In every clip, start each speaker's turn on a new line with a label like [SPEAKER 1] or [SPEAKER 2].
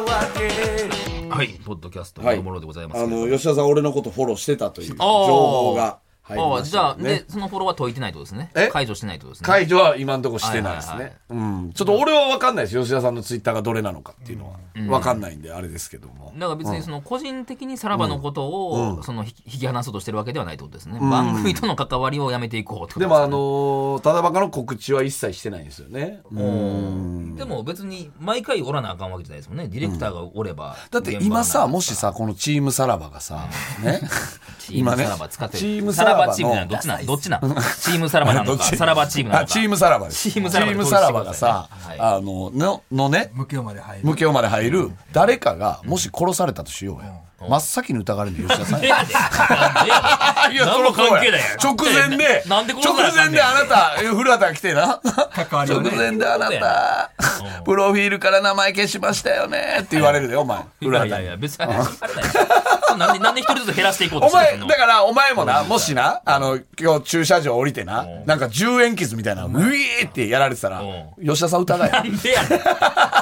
[SPEAKER 1] はい、ポッドキャストのものでございます
[SPEAKER 2] あ
[SPEAKER 1] けど。
[SPEAKER 2] の吉田さん俺のことフォローしてたという情報が入り
[SPEAKER 1] ああ、
[SPEAKER 2] まし
[SPEAKER 1] じゃ
[SPEAKER 2] た
[SPEAKER 1] あ、
[SPEAKER 2] ね
[SPEAKER 1] で、そのフォロワーは解いてないってことです
[SPEAKER 2] え
[SPEAKER 1] ね。解除してないってことですね。
[SPEAKER 2] 解除は今のところしてないです
[SPEAKER 1] はい
[SPEAKER 2] ね。うん。ちょっと俺は分かんないです。吉田さんのツイッターがどれなのかっていうのは分かんないんで、あれですけども。
[SPEAKER 1] だから別にその個人的にさらばのことを、その引き引き離そうとしてるわけではないってことですね、番組との関わりをやめていこうってこと
[SPEAKER 2] ですも
[SPEAKER 1] ね
[SPEAKER 2] あのー、ただばかの告知は一切してないんですよね。
[SPEAKER 1] うんでも別に毎回おらなあかんわけじゃないですもんねディレクターがおれば、
[SPEAKER 2] だって今さ、も
[SPEAKER 1] し
[SPEAKER 2] しさ、このチームさらばが さ、ね。
[SPEAKER 1] チームさらば使ってるさらばチームなのどっちなのどっちなのチームさらば な
[SPEAKER 2] ど
[SPEAKER 1] の
[SPEAKER 2] っ
[SPEAKER 1] か
[SPEAKER 2] ち
[SPEAKER 1] さらばチームなの
[SPEAKER 2] あ
[SPEAKER 1] か
[SPEAKER 2] チームさらばです。
[SPEAKER 1] チームさらば
[SPEAKER 2] チームさらばがさ、
[SPEAKER 1] はい
[SPEAKER 2] あの、の、のね、
[SPEAKER 3] 無形まで入る
[SPEAKER 2] 無形まで入る誰かが、もし殺されたとしようよ。真っ先に疑われる の吉田さん
[SPEAKER 1] い。やでなんでや で
[SPEAKER 2] いや、
[SPEAKER 1] 何
[SPEAKER 2] そ
[SPEAKER 1] の
[SPEAKER 2] の
[SPEAKER 1] 関係だよ
[SPEAKER 2] 直前で、
[SPEAKER 1] なんでこんな
[SPEAKER 2] 直前であなた、古畑が来てな。
[SPEAKER 3] 関わり
[SPEAKER 2] 直
[SPEAKER 3] をね
[SPEAKER 2] 前であなた、プロフィールから名前消しましたよねって言われるで、お前。
[SPEAKER 1] い
[SPEAKER 2] 古
[SPEAKER 1] やい
[SPEAKER 2] 畑
[SPEAKER 1] や
[SPEAKER 2] に
[SPEAKER 1] いや別にあれだよなんでなんで一人ずつ減らしていこうと
[SPEAKER 2] お
[SPEAKER 1] して
[SPEAKER 2] 前、
[SPEAKER 1] るの
[SPEAKER 2] だから、お前もな、もしな、あの、今日駐車場降りてな、なんか10円傷みたいな、ウィーってやられてたら
[SPEAKER 1] う、
[SPEAKER 2] 吉田さん疑え。
[SPEAKER 1] なんでやねん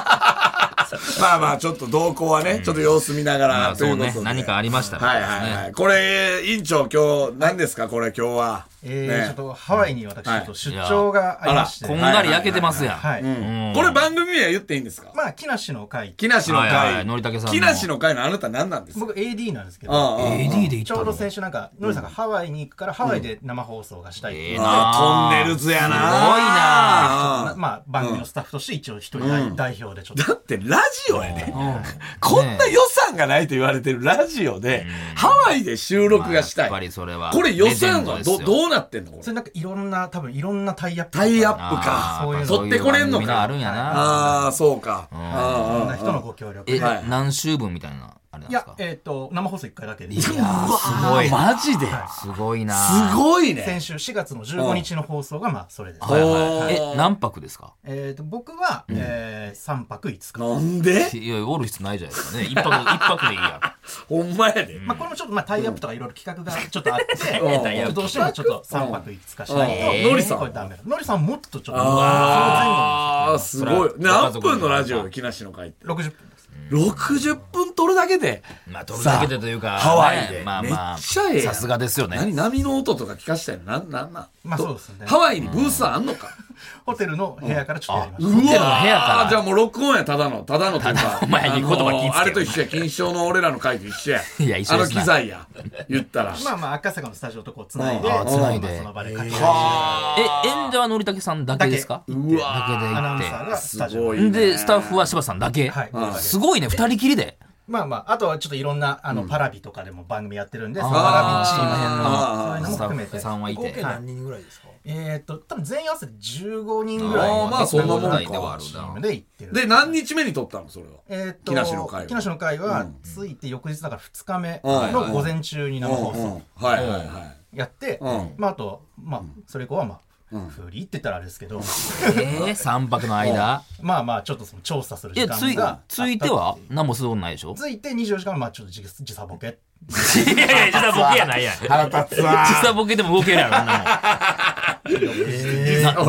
[SPEAKER 2] まあまあ、ちょっと動向はね、ちょっと様子見なが
[SPEAKER 1] ま
[SPEAKER 2] ら、
[SPEAKER 1] あ
[SPEAKER 2] とい
[SPEAKER 1] そうう
[SPEAKER 2] こと
[SPEAKER 1] ね
[SPEAKER 2] で。
[SPEAKER 1] 何かありましたら
[SPEAKER 2] はいはいはい。これ、委員長、今日、何ですかこれ、今日は。
[SPEAKER 3] えー
[SPEAKER 2] ね
[SPEAKER 3] ちょっとハワイに私ちょっと出張がありまして、
[SPEAKER 1] こんがり焼けてますやん、
[SPEAKER 3] はい、
[SPEAKER 1] うん
[SPEAKER 2] これ番組名は言っていいんですか
[SPEAKER 3] まあ木梨の会
[SPEAKER 2] 木梨の会、
[SPEAKER 1] はいはいのりたけさんの
[SPEAKER 2] 木梨の会のあなた何なんですか
[SPEAKER 3] 僕 AD なんですけど
[SPEAKER 2] あ
[SPEAKER 1] AD で行っ
[SPEAKER 3] ち
[SPEAKER 1] た
[SPEAKER 3] ょうど
[SPEAKER 1] の
[SPEAKER 3] 先週なんかのりさんがハワイに行くからハワイで生放送がしたいっていう
[SPEAKER 1] ええ
[SPEAKER 2] ああトンネルズやな
[SPEAKER 1] すごいな
[SPEAKER 2] ああ
[SPEAKER 3] まあ、番組のスタッフとして一応一人代,、代表でちょっと
[SPEAKER 2] だってラジオやで、 こんな予算がないと言われてるラジオで、ハワイで収録がしたい、
[SPEAKER 1] まあやっぱりそれは
[SPEAKER 2] これ予算は
[SPEAKER 1] レジェンド
[SPEAKER 2] ど
[SPEAKER 1] ですよ
[SPEAKER 2] どうなってんのこ
[SPEAKER 3] そ
[SPEAKER 2] れ
[SPEAKER 3] れなんかいろんな多分いろんなタイアップとか
[SPEAKER 2] タイアップ
[SPEAKER 1] あ
[SPEAKER 2] か
[SPEAKER 1] ー
[SPEAKER 3] そういうの
[SPEAKER 1] そういう
[SPEAKER 2] 取ってこれんのか
[SPEAKER 1] 番組があるんやな
[SPEAKER 2] ああそうか、あ
[SPEAKER 3] いろん
[SPEAKER 2] あ
[SPEAKER 3] な人のご協力で
[SPEAKER 1] え、
[SPEAKER 3] い
[SPEAKER 2] はい
[SPEAKER 1] 何週分みたいなあれなんです
[SPEAKER 3] や
[SPEAKER 1] か
[SPEAKER 3] えっ、と生放送1回だけで
[SPEAKER 2] ああ
[SPEAKER 1] すごい
[SPEAKER 2] マジで、
[SPEAKER 1] すごいな
[SPEAKER 2] すごいね
[SPEAKER 3] 先週4月の15日の放送がまあそれです、
[SPEAKER 1] はいはい
[SPEAKER 2] おー
[SPEAKER 1] え何泊ですか
[SPEAKER 3] えっと僕は、えー、3泊5日、
[SPEAKER 2] なんで
[SPEAKER 1] いやおる必要ないじゃないですかね一泊一泊で いいや
[SPEAKER 2] ほんまやで、
[SPEAKER 3] まあ、これもちょっとまあタイアップとかいろいろ企画がちょっとあって、
[SPEAKER 2] うん
[SPEAKER 3] ちょっとどうしてもちょっと3泊5日しないと、
[SPEAKER 2] うんうんのりさん
[SPEAKER 3] これダメだのりさんもっとちょっと
[SPEAKER 2] ああ
[SPEAKER 3] そ
[SPEAKER 2] すごい何分のラジ
[SPEAKER 1] ご家族の
[SPEAKER 2] オ木梨の会って
[SPEAKER 3] の前後60分です
[SPEAKER 2] 60分撮るだけで
[SPEAKER 1] まあ撮るだけでというか
[SPEAKER 2] さあハワイで
[SPEAKER 1] まあまあ
[SPEAKER 2] めっちゃええやん
[SPEAKER 1] さすがですよね
[SPEAKER 2] 何波の音とか聞かしたいのなんなんなん
[SPEAKER 3] まあそうですね
[SPEAKER 2] ハワイにブースあんのか
[SPEAKER 3] ホテルの部屋からちょっとやりま
[SPEAKER 2] う
[SPEAKER 3] し
[SPEAKER 2] わ
[SPEAKER 1] テルの部
[SPEAKER 3] た
[SPEAKER 1] 屋から
[SPEAKER 2] ーじゃあもう録音やただのただのというか
[SPEAKER 1] お前いい言葉気ぃつけろ
[SPEAKER 2] あのーあれと一緒や金賞の俺らの会と一緒や
[SPEAKER 1] いや一緒
[SPEAKER 2] あ
[SPEAKER 1] で
[SPEAKER 2] の
[SPEAKER 1] すな
[SPEAKER 2] 機材や言ったら
[SPEAKER 3] まあまあ赤坂のスタジオとこうつないで
[SPEAKER 2] あ
[SPEAKER 1] ー繋いで
[SPEAKER 3] まあその場で書き出し
[SPEAKER 1] え演者はのりたけさんだけですか
[SPEAKER 3] だ
[SPEAKER 2] うわ
[SPEAKER 3] アナウン
[SPEAKER 1] だ
[SPEAKER 3] サーがスタ
[SPEAKER 2] ー
[SPEAKER 3] ジ
[SPEAKER 2] す
[SPEAKER 3] オ
[SPEAKER 2] ご
[SPEAKER 3] で
[SPEAKER 2] いね
[SPEAKER 1] けで行ってでスタッフは柴田さんだけ
[SPEAKER 3] はい
[SPEAKER 1] すごいね二人きりで
[SPEAKER 3] まあまああとはちょっといろんなあのパラビとかでも番組やってるんで、
[SPEAKER 1] あー
[SPEAKER 3] そのパラビチーム
[SPEAKER 1] ス
[SPEAKER 3] そ
[SPEAKER 1] タ
[SPEAKER 3] うい
[SPEAKER 1] ッ
[SPEAKER 3] うのも含め
[SPEAKER 1] フ
[SPEAKER 3] て
[SPEAKER 1] さんはい
[SPEAKER 4] 合計
[SPEAKER 1] て
[SPEAKER 4] 何人ぐらいですか
[SPEAKER 3] えっと多分全員合わせて15人ぐらい
[SPEAKER 2] あ
[SPEAKER 3] の
[SPEAKER 2] ーまあそんなもん
[SPEAKER 1] ぐらいでは
[SPEAKER 2] か
[SPEAKER 1] ある
[SPEAKER 3] チーム
[SPEAKER 1] な
[SPEAKER 3] で行ってる
[SPEAKER 2] で何日目に撮ったのそれは
[SPEAKER 3] えー、と
[SPEAKER 2] 木梨の会は
[SPEAKER 3] 木梨の会はついて翌日だから2日目の午前中に生放送
[SPEAKER 2] うんはいはいはい
[SPEAKER 3] やって、
[SPEAKER 2] うん
[SPEAKER 3] まあ、あと、まあ、それ以降は、まあ、フリーって言ったらあれですけど、
[SPEAKER 1] え ー三泊の間
[SPEAKER 3] まあまあ、ちょっとその調査する
[SPEAKER 1] い
[SPEAKER 3] 時
[SPEAKER 1] や
[SPEAKER 3] 間
[SPEAKER 1] つい
[SPEAKER 3] があった
[SPEAKER 1] ついては何もすることないでしょ
[SPEAKER 3] ついて24時間、まあ、ちょっと時時差ボケ。
[SPEAKER 1] いやいや時差ボケやないやん時
[SPEAKER 2] 腹立つわ
[SPEAKER 1] 差ボケでも動けるやろそんなもんな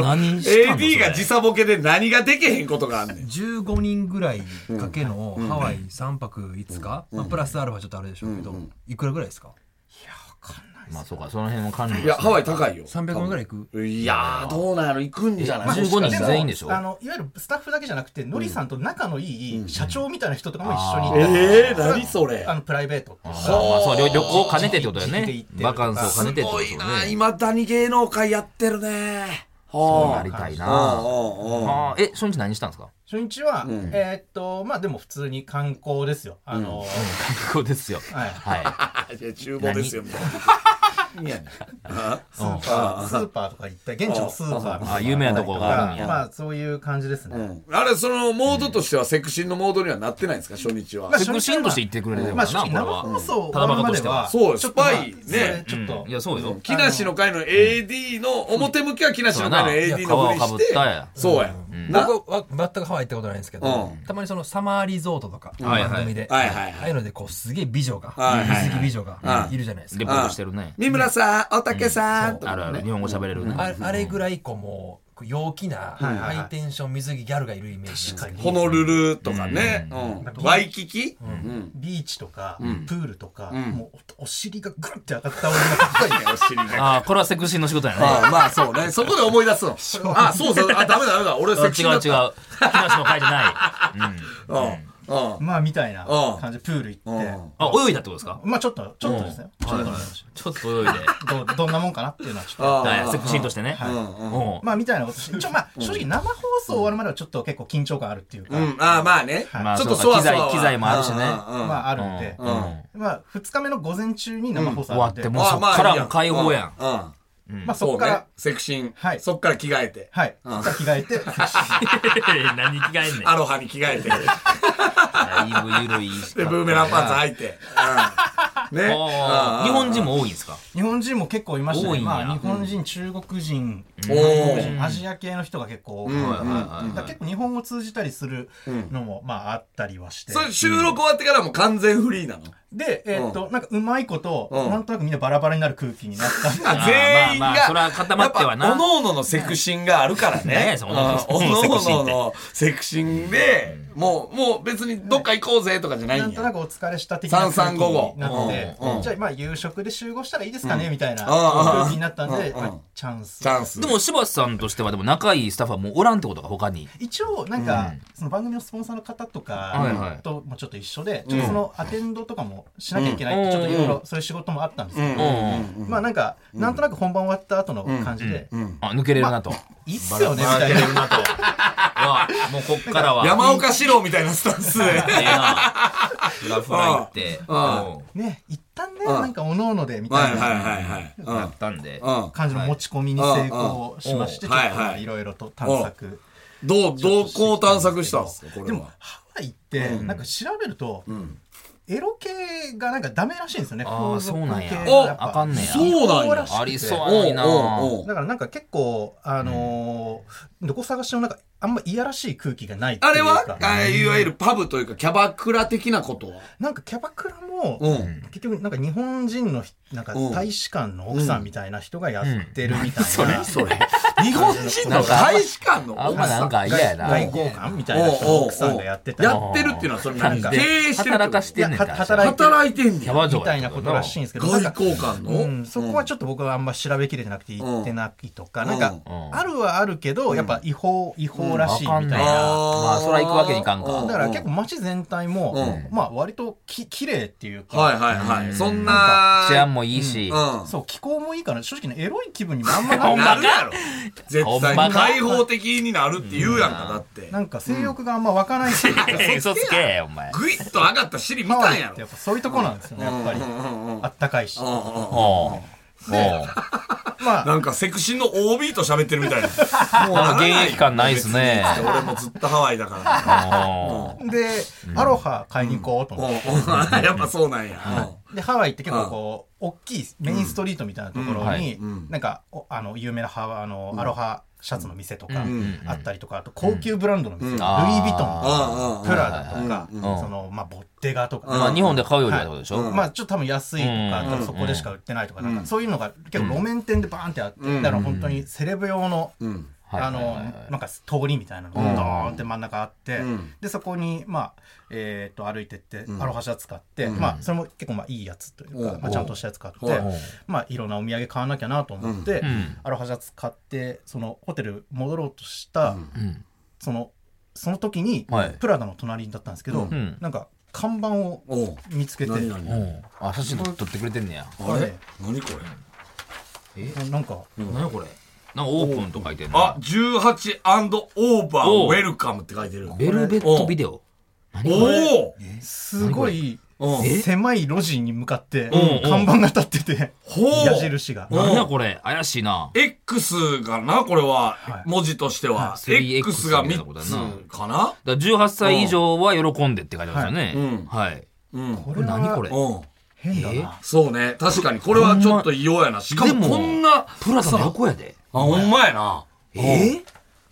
[SPEAKER 1] 何したの
[SPEAKER 2] AD が
[SPEAKER 1] そ
[SPEAKER 2] 時
[SPEAKER 1] れ
[SPEAKER 2] 差ボケで何ができへんことがあんねん
[SPEAKER 4] 15人ぐらいかけのハワイ3泊5日、まあ、プラスアルファちょっとあれでしょうけど、いくらぐらいですか
[SPEAKER 1] まあそうかその辺も管理
[SPEAKER 2] いや、ハワイ高いよ。
[SPEAKER 4] 300万ぐらいいく
[SPEAKER 2] いやー、どうなの行くんじゃない
[SPEAKER 1] 15人全員でしょ
[SPEAKER 3] あの、いわゆるスタッフだけじゃなくて、のりさんと仲のいい社長みたいな人とかも一緒にいて、
[SPEAKER 2] ええー、何それ
[SPEAKER 3] あの、プライベートっていう
[SPEAKER 1] まあまあそう旅旅行を兼ねてってことだよ
[SPEAKER 3] 自力で
[SPEAKER 1] ね
[SPEAKER 3] 行ってるとか
[SPEAKER 1] バカンスを兼ねてって
[SPEAKER 2] す
[SPEAKER 1] こと
[SPEAKER 2] ご
[SPEAKER 1] です
[SPEAKER 2] い
[SPEAKER 1] よ
[SPEAKER 2] な、
[SPEAKER 1] ね
[SPEAKER 2] いまだに芸能界やってるね。
[SPEAKER 1] そうな
[SPEAKER 2] は
[SPEAKER 1] りたい
[SPEAKER 2] あ。あ
[SPEAKER 1] なあーえ初日何したんですか
[SPEAKER 3] 初日は、えーっと、まあ、でも普通に観光ですよ。あの、
[SPEAKER 1] ここですよ
[SPEAKER 3] はい。
[SPEAKER 2] あ
[SPEAKER 1] は
[SPEAKER 2] あああ。いや、厨房ですよ、もう。いや、
[SPEAKER 3] スーパー、スーパーとか行った、現地のスーパーみたいな
[SPEAKER 1] あ有名なとこがあるんや
[SPEAKER 3] まあ、そういう感じですね。
[SPEAKER 2] あれ、その、モードとしてはセクシーのモードにはなってないんですか、初日は
[SPEAKER 3] まあ。
[SPEAKER 1] セクシーンとして言ってくれればな
[SPEAKER 3] まあ、正直
[SPEAKER 1] これは
[SPEAKER 3] 生放送
[SPEAKER 1] ただ
[SPEAKER 3] 終
[SPEAKER 1] バ
[SPEAKER 3] わ
[SPEAKER 1] カ
[SPEAKER 3] るま
[SPEAKER 1] とし
[SPEAKER 3] で
[SPEAKER 1] ては
[SPEAKER 3] は、
[SPEAKER 2] そう
[SPEAKER 3] ちょっとまあ
[SPEAKER 2] スパイね
[SPEAKER 3] それちょっと
[SPEAKER 1] い、やそうよ
[SPEAKER 2] 木梨の会の AD の、表向きは木梨の会の AD のふりし
[SPEAKER 1] そう
[SPEAKER 2] て
[SPEAKER 1] やな、
[SPEAKER 2] そうや。な、
[SPEAKER 4] 僕は全くハワイ行ったことないんですけど、
[SPEAKER 2] うん
[SPEAKER 4] たまにそのサマーリゾートとか
[SPEAKER 1] はいはい
[SPEAKER 4] 番組で、
[SPEAKER 2] はいはいはい
[SPEAKER 4] ああいうのでこうすげえ美女が、
[SPEAKER 2] はいはいはい
[SPEAKER 4] 水着美女がいるじゃないです
[SPEAKER 1] レ
[SPEAKER 4] か、
[SPEAKER 1] ポートしてるね
[SPEAKER 2] 三村さん、おたけさんと
[SPEAKER 1] ある
[SPEAKER 2] か
[SPEAKER 1] ある
[SPEAKER 2] ね
[SPEAKER 1] 日。本語喋れるね
[SPEAKER 4] ああれぐらいこうもうこう陽気な
[SPEAKER 3] はいはい
[SPEAKER 4] ハイテンション水着ギャルがいるイメージですけど
[SPEAKER 2] ホノルルとかね、
[SPEAKER 1] う
[SPEAKER 2] うんワイキキ、うん
[SPEAKER 3] ビーチとか、プールとか、
[SPEAKER 2] ん
[SPEAKER 3] もうおお尻がグッて上がった俺がかっこいいね
[SPEAKER 2] お尻が
[SPEAKER 1] ああ、これはセクシーの仕事やね。
[SPEAKER 2] ああまあそうねそこで思い出すのあそうそうあダメだダメだ俺
[SPEAKER 1] あ違
[SPEAKER 2] セ
[SPEAKER 1] う違う。
[SPEAKER 2] クシーだった
[SPEAKER 1] 木梨の会じゃない。うん
[SPEAKER 2] うんうん
[SPEAKER 3] まあみたいな
[SPEAKER 2] うん
[SPEAKER 3] 感じでプール行って、
[SPEAKER 2] うん
[SPEAKER 1] あ、泳いだってことですか
[SPEAKER 3] まあちょっとちょっとですね、ちょっとでございまし
[SPEAKER 1] ちょっと泳いで。
[SPEAKER 3] たどうどんなもんかなっていうのはちょっ
[SPEAKER 2] あ
[SPEAKER 3] と
[SPEAKER 2] ー
[SPEAKER 1] はいセクシーとしてね。
[SPEAKER 3] はい
[SPEAKER 1] うん
[SPEAKER 3] まあみたいなことして一応まあ正直生放送終わるまではちょっと結構緊張感あるっていうか、
[SPEAKER 2] うんああまあね、
[SPEAKER 1] まあ
[SPEAKER 2] ちょっとそわそわ
[SPEAKER 1] そうか機材機材もあるしね
[SPEAKER 2] うんうん
[SPEAKER 3] まああるんで、
[SPEAKER 1] うんうん
[SPEAKER 3] まあ2日目の午前中に生放送
[SPEAKER 1] 終
[SPEAKER 3] あ
[SPEAKER 1] わ
[SPEAKER 3] っ、
[SPEAKER 1] ってて、
[SPEAKER 3] ま
[SPEAKER 1] もうそっからもう解放やん。
[SPEAKER 2] うんうん
[SPEAKER 3] あそ
[SPEAKER 2] そ
[SPEAKER 3] っ
[SPEAKER 2] う
[SPEAKER 3] から、
[SPEAKER 2] ねセクシー
[SPEAKER 3] はい
[SPEAKER 2] そっから着替えて
[SPEAKER 3] はい、そっから着替 えて
[SPEAKER 1] 何着替えんねん
[SPEAKER 2] アロハに着替えて
[SPEAKER 1] だいぶ緩いし。
[SPEAKER 2] でブーメランパンツ履いて、 うんねうん
[SPEAKER 1] あー日本人も多いんですか
[SPEAKER 3] 日本人も結構いました
[SPEAKER 1] 多いん
[SPEAKER 3] ね、
[SPEAKER 1] や
[SPEAKER 3] まあ、日本人中国人
[SPEAKER 2] お
[SPEAKER 3] 韓国
[SPEAKER 2] ー
[SPEAKER 3] 人アジア系の人が結構多くて、
[SPEAKER 2] うん
[SPEAKER 1] はいはいはい
[SPEAKER 3] だから結構日本語通じたりするのも、まああったりはして
[SPEAKER 2] それ収録終わってからもう完全フリーなの
[SPEAKER 3] でえーっと、なんかうまいこと、
[SPEAKER 2] うん
[SPEAKER 3] なんとなくみんなバラバラになる空気になったんで
[SPEAKER 2] あ全員
[SPEAKER 1] まあまあ
[SPEAKER 2] が
[SPEAKER 1] それは固まってはな
[SPEAKER 2] やっぱおのおののセクシンがあるから
[SPEAKER 1] 何
[SPEAKER 2] ね
[SPEAKER 1] やそ
[SPEAKER 2] うんお
[SPEAKER 1] の
[SPEAKER 2] の
[SPEAKER 1] おのおののセクシン
[SPEAKER 2] おの
[SPEAKER 1] っ
[SPEAKER 2] のセ
[SPEAKER 1] て
[SPEAKER 2] クシンでもうもう別にどっか行こうぜとかじゃない
[SPEAKER 3] なんんとな
[SPEAKER 2] や
[SPEAKER 3] くお疲れした的な空気になって、
[SPEAKER 2] 3355うん
[SPEAKER 3] じゃあまあ夕食で集合したらいいですかね、みたいな
[SPEAKER 2] うんうん
[SPEAKER 3] 空気になったんで、
[SPEAKER 2] うん
[SPEAKER 3] まあチャンス
[SPEAKER 2] チャンス
[SPEAKER 1] でも柴田さんとしてはでも仲いいスタッフはもうおらんってことか他に。
[SPEAKER 3] 一応なんか、その番組のスポンサーの方と
[SPEAKER 1] はいは
[SPEAKER 3] か
[SPEAKER 1] い
[SPEAKER 3] ともちょっと一緒で、ちょっとそのアテンドとかもしなきゃいけないって、ちょっといろいろそういう仕事もあったんですけど、
[SPEAKER 1] うん。
[SPEAKER 3] まあなんか、なんとなく本番終わった後の感じで、
[SPEAKER 1] あ抜けれ るなと。
[SPEAKER 3] いいっすよねみ
[SPEAKER 1] 抜
[SPEAKER 3] た
[SPEAKER 1] け
[SPEAKER 3] い
[SPEAKER 1] れ
[SPEAKER 3] な
[SPEAKER 1] るなと。うわもうこっからは。
[SPEAKER 2] 山岡四郎みたいなスタンス で
[SPEAKER 1] ええな。ラフライ って。うん
[SPEAKER 3] ね一旦ね
[SPEAKER 2] うん
[SPEAKER 3] なんかおのおのでみ
[SPEAKER 2] は
[SPEAKER 3] た
[SPEAKER 2] いは
[SPEAKER 3] い
[SPEAKER 2] い
[SPEAKER 3] な
[SPEAKER 2] はいはいうん
[SPEAKER 1] やったんで。
[SPEAKER 2] うん
[SPEAKER 3] 感じの持ち込みに成功しまして
[SPEAKER 2] う
[SPEAKER 3] ち
[SPEAKER 2] ん
[SPEAKER 3] ょ
[SPEAKER 2] うんはい
[SPEAKER 3] っとま
[SPEAKER 2] は
[SPEAKER 3] あ
[SPEAKER 2] い
[SPEAKER 3] いろいろと探索
[SPEAKER 2] どうどうこう探索したんですかこれは
[SPEAKER 3] でもハワイってなんか調べるとエロ系がなんかダメらしいんですよね
[SPEAKER 1] ああそうなんや。
[SPEAKER 2] お
[SPEAKER 1] あかんねや。
[SPEAKER 2] そうなんや
[SPEAKER 1] ありそう
[SPEAKER 3] う
[SPEAKER 1] やのにな。
[SPEAKER 2] おうおう
[SPEAKER 3] だからなんか結構あのーどこ探してもなんかあんまいやらしい空気がないってい
[SPEAKER 2] あ
[SPEAKER 3] う
[SPEAKER 2] れは
[SPEAKER 3] か
[SPEAKER 2] あいわゆるパブというかキャバクラ的なことは
[SPEAKER 3] なんかキャバクラも
[SPEAKER 2] うん
[SPEAKER 3] 結局なんか日本人のひなんか
[SPEAKER 2] うん
[SPEAKER 3] 大使館の奥さんみたいな人がやってるみたい な、
[SPEAKER 2] それ日本人の大使館の
[SPEAKER 1] あんまなんか嫌やな。
[SPEAKER 3] 外交官みたいな人の奥さんがやってたり
[SPEAKER 2] やってるっていうのはそれ何
[SPEAKER 1] なん
[SPEAKER 2] 経
[SPEAKER 1] か
[SPEAKER 2] 営してるって
[SPEAKER 1] 働
[SPEAKER 2] こ
[SPEAKER 1] か
[SPEAKER 2] と
[SPEAKER 1] してんねんから。
[SPEAKER 3] いやは働いて
[SPEAKER 2] 働いてんね
[SPEAKER 1] キャ
[SPEAKER 2] ん
[SPEAKER 1] バ嬢
[SPEAKER 3] みたいなことらしいんですけど、
[SPEAKER 2] 外
[SPEAKER 3] なんか
[SPEAKER 2] 交官の、
[SPEAKER 3] うん、そこはちょっと僕はあんま調べきれてなくて言ってないとか、なんか、
[SPEAKER 1] うん
[SPEAKER 3] あるはあるけど、やっぱ違法、違法ら
[SPEAKER 1] わ
[SPEAKER 3] しいみ
[SPEAKER 1] か
[SPEAKER 3] た
[SPEAKER 1] ん
[SPEAKER 3] い
[SPEAKER 1] ねえな。
[SPEAKER 2] あ
[SPEAKER 3] な。
[SPEAKER 1] まあそれは行くわけにいか
[SPEAKER 2] う
[SPEAKER 1] ん
[SPEAKER 2] ん
[SPEAKER 1] か。
[SPEAKER 3] だから結構街全体も、まあ割とき綺麗っていうか、
[SPEAKER 2] はいはいはい、そんな
[SPEAKER 1] 治安もいいし。
[SPEAKER 2] うん
[SPEAKER 3] そう、気候もいいから、正直ね、エロい気分にもあ んま
[SPEAKER 1] ほん
[SPEAKER 2] な
[SPEAKER 1] ま
[SPEAKER 3] な
[SPEAKER 2] る
[SPEAKER 3] い。
[SPEAKER 2] やろ
[SPEAKER 1] ほ
[SPEAKER 2] 絶対
[SPEAKER 1] んまか
[SPEAKER 2] に開放的になるって言うやんかだって
[SPEAKER 3] なんか性欲があんま湧かないっていうか、
[SPEAKER 1] 嘘つけお前。
[SPEAKER 2] グイッと上がった尻見
[SPEAKER 3] ハ
[SPEAKER 2] た
[SPEAKER 3] ワ
[SPEAKER 2] ん
[SPEAKER 3] イ
[SPEAKER 2] や
[SPEAKER 3] ってや
[SPEAKER 2] ろ
[SPEAKER 3] っぱそういうとこなんですよね、やっぱり。あったかいし。
[SPEAKER 2] うんうん
[SPEAKER 1] おうおう
[SPEAKER 3] まあ、
[SPEAKER 2] なんかセクシーの OB と喋ってるみた いなもう
[SPEAKER 1] なんか現役感ないっすね
[SPEAKER 2] 別に俺もずっとハワイだから
[SPEAKER 1] おう
[SPEAKER 3] で、アロハ買いに行こうと思って。
[SPEAKER 2] うん うんやっぱそうなんや、
[SPEAKER 3] でハワイって結構こう、大きいメインストリートみたいなとこ
[SPEAKER 1] うん
[SPEAKER 3] ろに、
[SPEAKER 2] うんはい
[SPEAKER 3] なんかおあの有名なハワあの、アロハシャツの店とか
[SPEAKER 2] ん
[SPEAKER 3] あったりとか、あと高級ブランドの店、
[SPEAKER 2] うん
[SPEAKER 3] ルイ・ヴィトンと
[SPEAKER 2] う
[SPEAKER 3] か、
[SPEAKER 2] んうんうん
[SPEAKER 3] プラダとか、
[SPEAKER 1] んうん
[SPEAKER 3] そのまあ、ボッテガとか、
[SPEAKER 1] まあ日本で買うよりはってことでしょ
[SPEAKER 2] はいうん
[SPEAKER 3] まあちょっと多分安いと
[SPEAKER 1] うん
[SPEAKER 3] か、多分そこでしか売ってないとか、なんかそういうのが結構路面店でバーンってあって、だから本当にセレブ用の、
[SPEAKER 2] ん
[SPEAKER 1] はいは
[SPEAKER 3] あの、
[SPEAKER 1] いはいはい
[SPEAKER 3] なんか通りみたいなのがドーンって真ん中あって、
[SPEAKER 2] ん
[SPEAKER 3] でそこにまあえっ、と歩いてって、アロハシャツ買って、まあそれも結構まあいいやつというか、
[SPEAKER 2] うん
[SPEAKER 3] まあちゃんとしたやつ買って、
[SPEAKER 2] うん
[SPEAKER 3] まあいろんなお土産買わなきゃなと思って、
[SPEAKER 1] ん
[SPEAKER 3] アロハシャツ買ってそのホテル戻ろうとした、
[SPEAKER 1] ん
[SPEAKER 3] そのその時に、
[SPEAKER 1] はい
[SPEAKER 3] プラダの隣だったんですけど、
[SPEAKER 1] ん
[SPEAKER 3] なんか看板を
[SPEAKER 2] おう
[SPEAKER 3] 見つけて。
[SPEAKER 2] 何何
[SPEAKER 1] おうあ写真撮ってくれてんねや。
[SPEAKER 2] あれ何これ
[SPEAKER 3] なんか、
[SPEAKER 1] 何これなんかオープンと書いてるの
[SPEAKER 2] あ、18オーバー
[SPEAKER 1] お
[SPEAKER 2] ウ
[SPEAKER 1] う
[SPEAKER 2] ェルカムって書いてる。
[SPEAKER 1] ベルベットビデオ
[SPEAKER 2] おお
[SPEAKER 3] すごい
[SPEAKER 2] うん
[SPEAKER 3] 狭い路地に向かって
[SPEAKER 1] うん
[SPEAKER 3] 看板が立ってて、
[SPEAKER 2] ほう
[SPEAKER 3] 矢印が。
[SPEAKER 1] なんやこれ怪しいな。
[SPEAKER 2] !X がな、これは、文字としては。
[SPEAKER 1] 3X
[SPEAKER 2] X が
[SPEAKER 1] みたいなこと
[SPEAKER 2] 3
[SPEAKER 1] だ
[SPEAKER 2] つ
[SPEAKER 1] な
[SPEAKER 2] かな
[SPEAKER 1] だから18歳以上は喜んでって書いてますよ
[SPEAKER 2] は
[SPEAKER 1] ね。
[SPEAKER 2] いうん
[SPEAKER 1] はい。
[SPEAKER 2] うん。
[SPEAKER 3] こ
[SPEAKER 1] これ何これ
[SPEAKER 2] うん。
[SPEAKER 3] 変だ
[SPEAKER 1] え
[SPEAKER 3] な。
[SPEAKER 2] そうね。確かに、これはちょっと異様やな。しか
[SPEAKER 1] で
[SPEAKER 2] も、こんな、
[SPEAKER 1] プラダの
[SPEAKER 2] さ
[SPEAKER 1] 横やで。
[SPEAKER 2] あ、ほんまやな。
[SPEAKER 1] え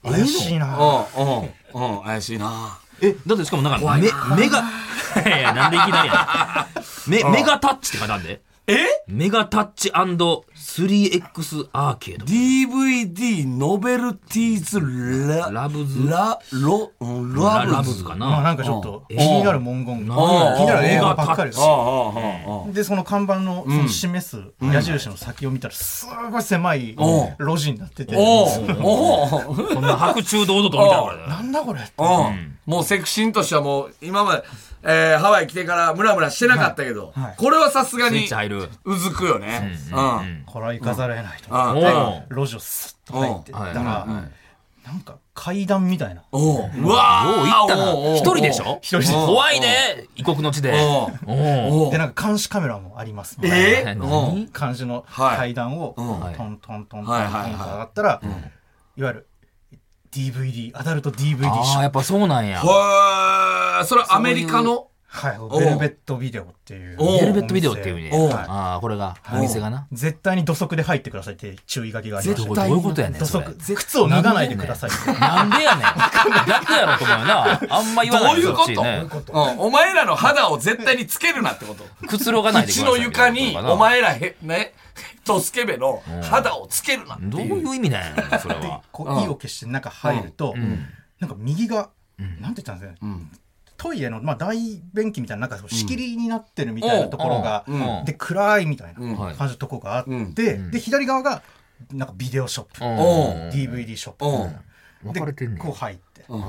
[SPEAKER 1] ー
[SPEAKER 3] 怪しいな。
[SPEAKER 2] うん、うん、うん、怪しいな。
[SPEAKER 1] えだってしか もなんか目目がいやいやなんでいきなりやねん目目がタッチって書いてあるんで
[SPEAKER 2] え
[SPEAKER 1] メガタッチ &3X アーケード。
[SPEAKER 2] DVD ノベルティーズラ
[SPEAKER 1] ラブズ
[SPEAKER 2] ラロうんラ
[SPEAKER 1] ラ
[SPEAKER 2] ブズ
[SPEAKER 1] ラブズか
[SPEAKER 3] まあな
[SPEAKER 1] な。
[SPEAKER 3] んかちょっと
[SPEAKER 1] う
[SPEAKER 3] 気
[SPEAKER 1] ん
[SPEAKER 3] になる文言が
[SPEAKER 1] うん
[SPEAKER 3] 気になる映画ばっかりです
[SPEAKER 2] ああああああ
[SPEAKER 3] でその看板のその示す矢印の先を見たらすごい狭い
[SPEAKER 2] お
[SPEAKER 3] 路地になってて
[SPEAKER 2] おうおう
[SPEAKER 1] こんな白昼堂々と見たからね。
[SPEAKER 3] なんだこれって
[SPEAKER 2] うん、もうセクシンとしてはもう今まで、えーハワイ来てからムラムラしてなかったけど、
[SPEAKER 3] はいはい
[SPEAKER 2] これはさすが
[SPEAKER 1] スイッ
[SPEAKER 2] に
[SPEAKER 1] チ入る。
[SPEAKER 2] うずくよね。うん。うん
[SPEAKER 3] これは行かざるを得ないと
[SPEAKER 1] お
[SPEAKER 2] あ
[SPEAKER 1] ー
[SPEAKER 3] 路地をスッと入ってったら
[SPEAKER 1] うんは
[SPEAKER 3] なんか階段みたいな
[SPEAKER 2] おううわ
[SPEAKER 1] よう行ったな
[SPEAKER 2] おうおうおう
[SPEAKER 1] 一人でしょ
[SPEAKER 3] 一人です
[SPEAKER 1] 怖いね異国の地で。
[SPEAKER 2] う
[SPEAKER 1] おう
[SPEAKER 2] おう
[SPEAKER 3] でなんか監視カメラもありますみたいな
[SPEAKER 2] えー、
[SPEAKER 1] 何
[SPEAKER 2] うん
[SPEAKER 3] 感じの
[SPEAKER 2] はい
[SPEAKER 3] 階段をト
[SPEAKER 2] はい
[SPEAKER 3] ントントントントンと
[SPEAKER 2] はいはいはい
[SPEAKER 3] 上がったらいわゆる DVD アダルト DVD シ
[SPEAKER 1] ああ、
[SPEAKER 3] ョ
[SPEAKER 1] や
[SPEAKER 3] ッ
[SPEAKER 1] っぱそうなんや。
[SPEAKER 2] へーそれアメリカの
[SPEAKER 3] プはいベルベットビデオっていう
[SPEAKER 2] おう
[SPEAKER 1] ベルベットビデオっていうね。
[SPEAKER 2] おう
[SPEAKER 1] はいああ、これが、お店がな。
[SPEAKER 3] 絶対に土足で入ってくださいって注意書きがありまし
[SPEAKER 1] ど
[SPEAKER 3] た
[SPEAKER 1] ういうことやねん、
[SPEAKER 3] 土
[SPEAKER 1] それ
[SPEAKER 3] 足。靴を脱がないでくださいって
[SPEAKER 1] なんでやねん。逆やろと思うよな。あんま言わ
[SPEAKER 2] ど
[SPEAKER 1] な
[SPEAKER 2] う
[SPEAKER 1] い
[SPEAKER 2] い
[SPEAKER 1] よ
[SPEAKER 2] うこ
[SPEAKER 1] そっち
[SPEAKER 2] と、
[SPEAKER 1] ね
[SPEAKER 2] うん、お前らの肌を絶対につけるなってこと
[SPEAKER 1] くつろがないでくだ
[SPEAKER 2] 口
[SPEAKER 1] さ
[SPEAKER 2] の
[SPEAKER 1] い
[SPEAKER 2] 床にお前らへねとスケベの肌をつけるなって
[SPEAKER 1] どう
[SPEAKER 2] いう
[SPEAKER 1] いう意味なんやねん、それは。
[SPEAKER 3] こ
[SPEAKER 2] うん
[SPEAKER 3] う意を決して中入ると、なんか右が、なんて言ったんですかね、トイレの、まあ、大便器みたいななんか仕切りになってるみたいなところが、
[SPEAKER 1] うんうん
[SPEAKER 3] で暗いみたい
[SPEAKER 2] うん
[SPEAKER 1] は
[SPEAKER 3] ない感じのとこがあって、
[SPEAKER 2] うん
[SPEAKER 3] で左側がなんかビデオショップ、
[SPEAKER 1] お
[SPEAKER 3] DVD ショップ、
[SPEAKER 2] うん
[SPEAKER 1] 分
[SPEAKER 3] で
[SPEAKER 1] かれてんねん
[SPEAKER 3] こう入って、
[SPEAKER 2] うん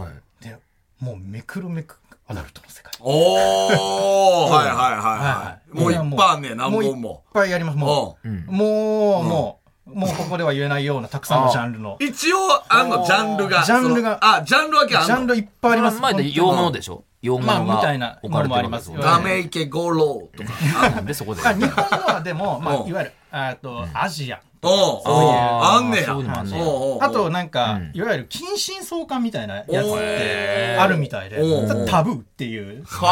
[SPEAKER 3] でもうめくるめくアダルトの世界。
[SPEAKER 2] おーはいはいはいはいもうい
[SPEAKER 3] や
[SPEAKER 2] っぱいあんねん何
[SPEAKER 3] うい
[SPEAKER 2] 本も
[SPEAKER 3] っぱいありますもう、
[SPEAKER 1] うん
[SPEAKER 3] もう、もうもうここでは言えないようなたくさんのジャンルの
[SPEAKER 2] 一応あんのジャンルが
[SPEAKER 3] ジャンルが
[SPEAKER 2] そのあジャンル分
[SPEAKER 3] ジ
[SPEAKER 2] けあんの
[SPEAKER 3] ャンルいっぱいあります
[SPEAKER 1] 前
[SPEAKER 3] 本当
[SPEAKER 1] で
[SPEAKER 3] に
[SPEAKER 1] 洋物でしょ洋物が
[SPEAKER 3] まあみたいな
[SPEAKER 1] 置かれてるわけですよね
[SPEAKER 3] のもあ
[SPEAKER 2] ダ
[SPEAKER 3] りますよ
[SPEAKER 2] メ池五郎とか
[SPEAKER 1] なんでそこで。
[SPEAKER 3] あ日本のはでも、ま
[SPEAKER 2] う
[SPEAKER 3] あ、
[SPEAKER 2] ん
[SPEAKER 3] いわゆる、あと、アジア。
[SPEAKER 2] おう
[SPEAKER 3] ういう
[SPEAKER 2] あんねや
[SPEAKER 1] そういうのもあんねや
[SPEAKER 2] おうおうおう
[SPEAKER 3] あと、なんか
[SPEAKER 1] うん、
[SPEAKER 3] いわゆる、近親相関みたいなやつっ
[SPEAKER 2] お
[SPEAKER 3] て
[SPEAKER 2] ー
[SPEAKER 3] あるみたいで
[SPEAKER 2] おー、
[SPEAKER 3] タブーっていう。
[SPEAKER 2] はあ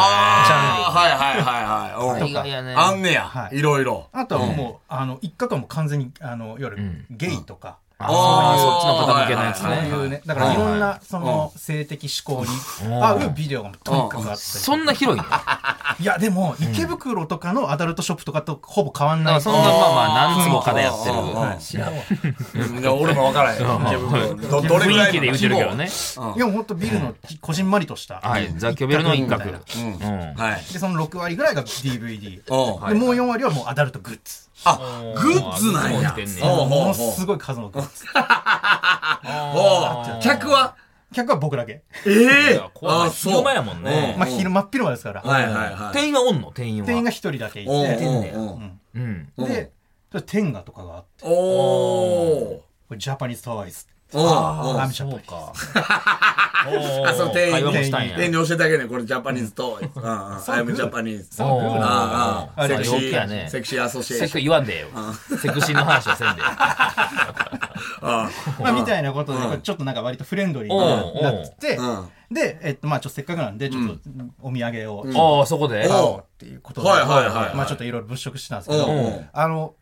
[SPEAKER 2] はいはいはいはいおう
[SPEAKER 1] 意外やね
[SPEAKER 2] あんねや、
[SPEAKER 3] はい
[SPEAKER 2] い、ろいろ
[SPEAKER 3] あとはもう、あの、一家間も完全に、あの、いわゆ
[SPEAKER 1] う
[SPEAKER 3] る
[SPEAKER 1] ん、
[SPEAKER 3] ゲイとか、
[SPEAKER 1] ああ、そっちの方向けのやつ
[SPEAKER 2] うん
[SPEAKER 3] そうい
[SPEAKER 1] ね。
[SPEAKER 3] うね、だからいろん
[SPEAKER 1] は
[SPEAKER 3] な、その、性的指向に合うビデオがとにかくあったりとか。
[SPEAKER 1] そんな広いの
[SPEAKER 3] いや、でも、池袋とかのアダルトショップとかとほぼ変わん
[SPEAKER 1] だから
[SPEAKER 3] ない。
[SPEAKER 1] そんなまあまあ何坪かでやってる。
[SPEAKER 2] うん
[SPEAKER 1] はい
[SPEAKER 3] 知らんわ
[SPEAKER 2] いや俺も分からへん池袋どどれぐら
[SPEAKER 1] 雰囲
[SPEAKER 2] い
[SPEAKER 1] 気
[SPEAKER 2] の
[SPEAKER 1] で言うてるけどね。
[SPEAKER 3] いや、ほんとビルのこじんまりとした。
[SPEAKER 1] はい。ザ・キョベルの一角。
[SPEAKER 3] うん
[SPEAKER 1] うん
[SPEAKER 2] はい
[SPEAKER 3] で、その6割ぐらいが DVD。
[SPEAKER 2] おう
[SPEAKER 3] で、もう4割はもうアダルトグッズ。
[SPEAKER 2] あグッズなんや
[SPEAKER 1] グッズ
[SPEAKER 2] おうおうおう
[SPEAKER 3] ものすごい数のグッズ。
[SPEAKER 2] おう客は
[SPEAKER 3] 客は僕だけ。
[SPEAKER 2] ええ
[SPEAKER 1] 怖い昼間やもんね
[SPEAKER 3] まあ、昼
[SPEAKER 2] 間
[SPEAKER 3] 間、真っ昼間ですから。
[SPEAKER 2] はいはいはい
[SPEAKER 1] 店員はおんの店員は。
[SPEAKER 3] 店員が一人だけい
[SPEAKER 2] おう
[SPEAKER 3] て。
[SPEAKER 2] おうおう
[SPEAKER 1] うん。
[SPEAKER 2] うん
[SPEAKER 3] で、ちょっと天下とかがあって、
[SPEAKER 2] おお
[SPEAKER 3] これジャパニーズトワイズ。
[SPEAKER 2] お
[SPEAKER 3] ダ
[SPEAKER 2] う
[SPEAKER 3] メジャパニーズ。
[SPEAKER 1] か。
[SPEAKER 2] あそう店員
[SPEAKER 1] 会話もしたんや。
[SPEAKER 2] 店員に教えてあげるねこれジャパニーズと「アイムジャパニーズ」
[SPEAKER 1] おー
[SPEAKER 2] ああ
[SPEAKER 3] あ
[SPEAKER 2] セ
[SPEAKER 3] れ
[SPEAKER 2] クシ
[SPEAKER 1] 陽気やね
[SPEAKER 2] ーセクシーアソシエー
[SPEAKER 1] セ
[SPEAKER 2] シ
[SPEAKER 1] ク
[SPEAKER 2] ョン
[SPEAKER 1] 言わんでええよ。セクシーの話はせんで。
[SPEAKER 2] あ
[SPEAKER 3] まあ、みたいなことで、これちょっとなんか割とフレンドリー
[SPEAKER 1] おう
[SPEAKER 3] になってて
[SPEAKER 2] うん、
[SPEAKER 3] で、えっと、まあ、ちょっとせっかくなんで、ちょっとお土 産を買
[SPEAKER 1] ああ、そこで。
[SPEAKER 2] お
[SPEAKER 3] おうっていうことで、
[SPEAKER 2] はいはいはいはい
[SPEAKER 3] まあ、ちょっといろいろ物色してたんですけ
[SPEAKER 2] お
[SPEAKER 3] ど、
[SPEAKER 2] お
[SPEAKER 3] あの、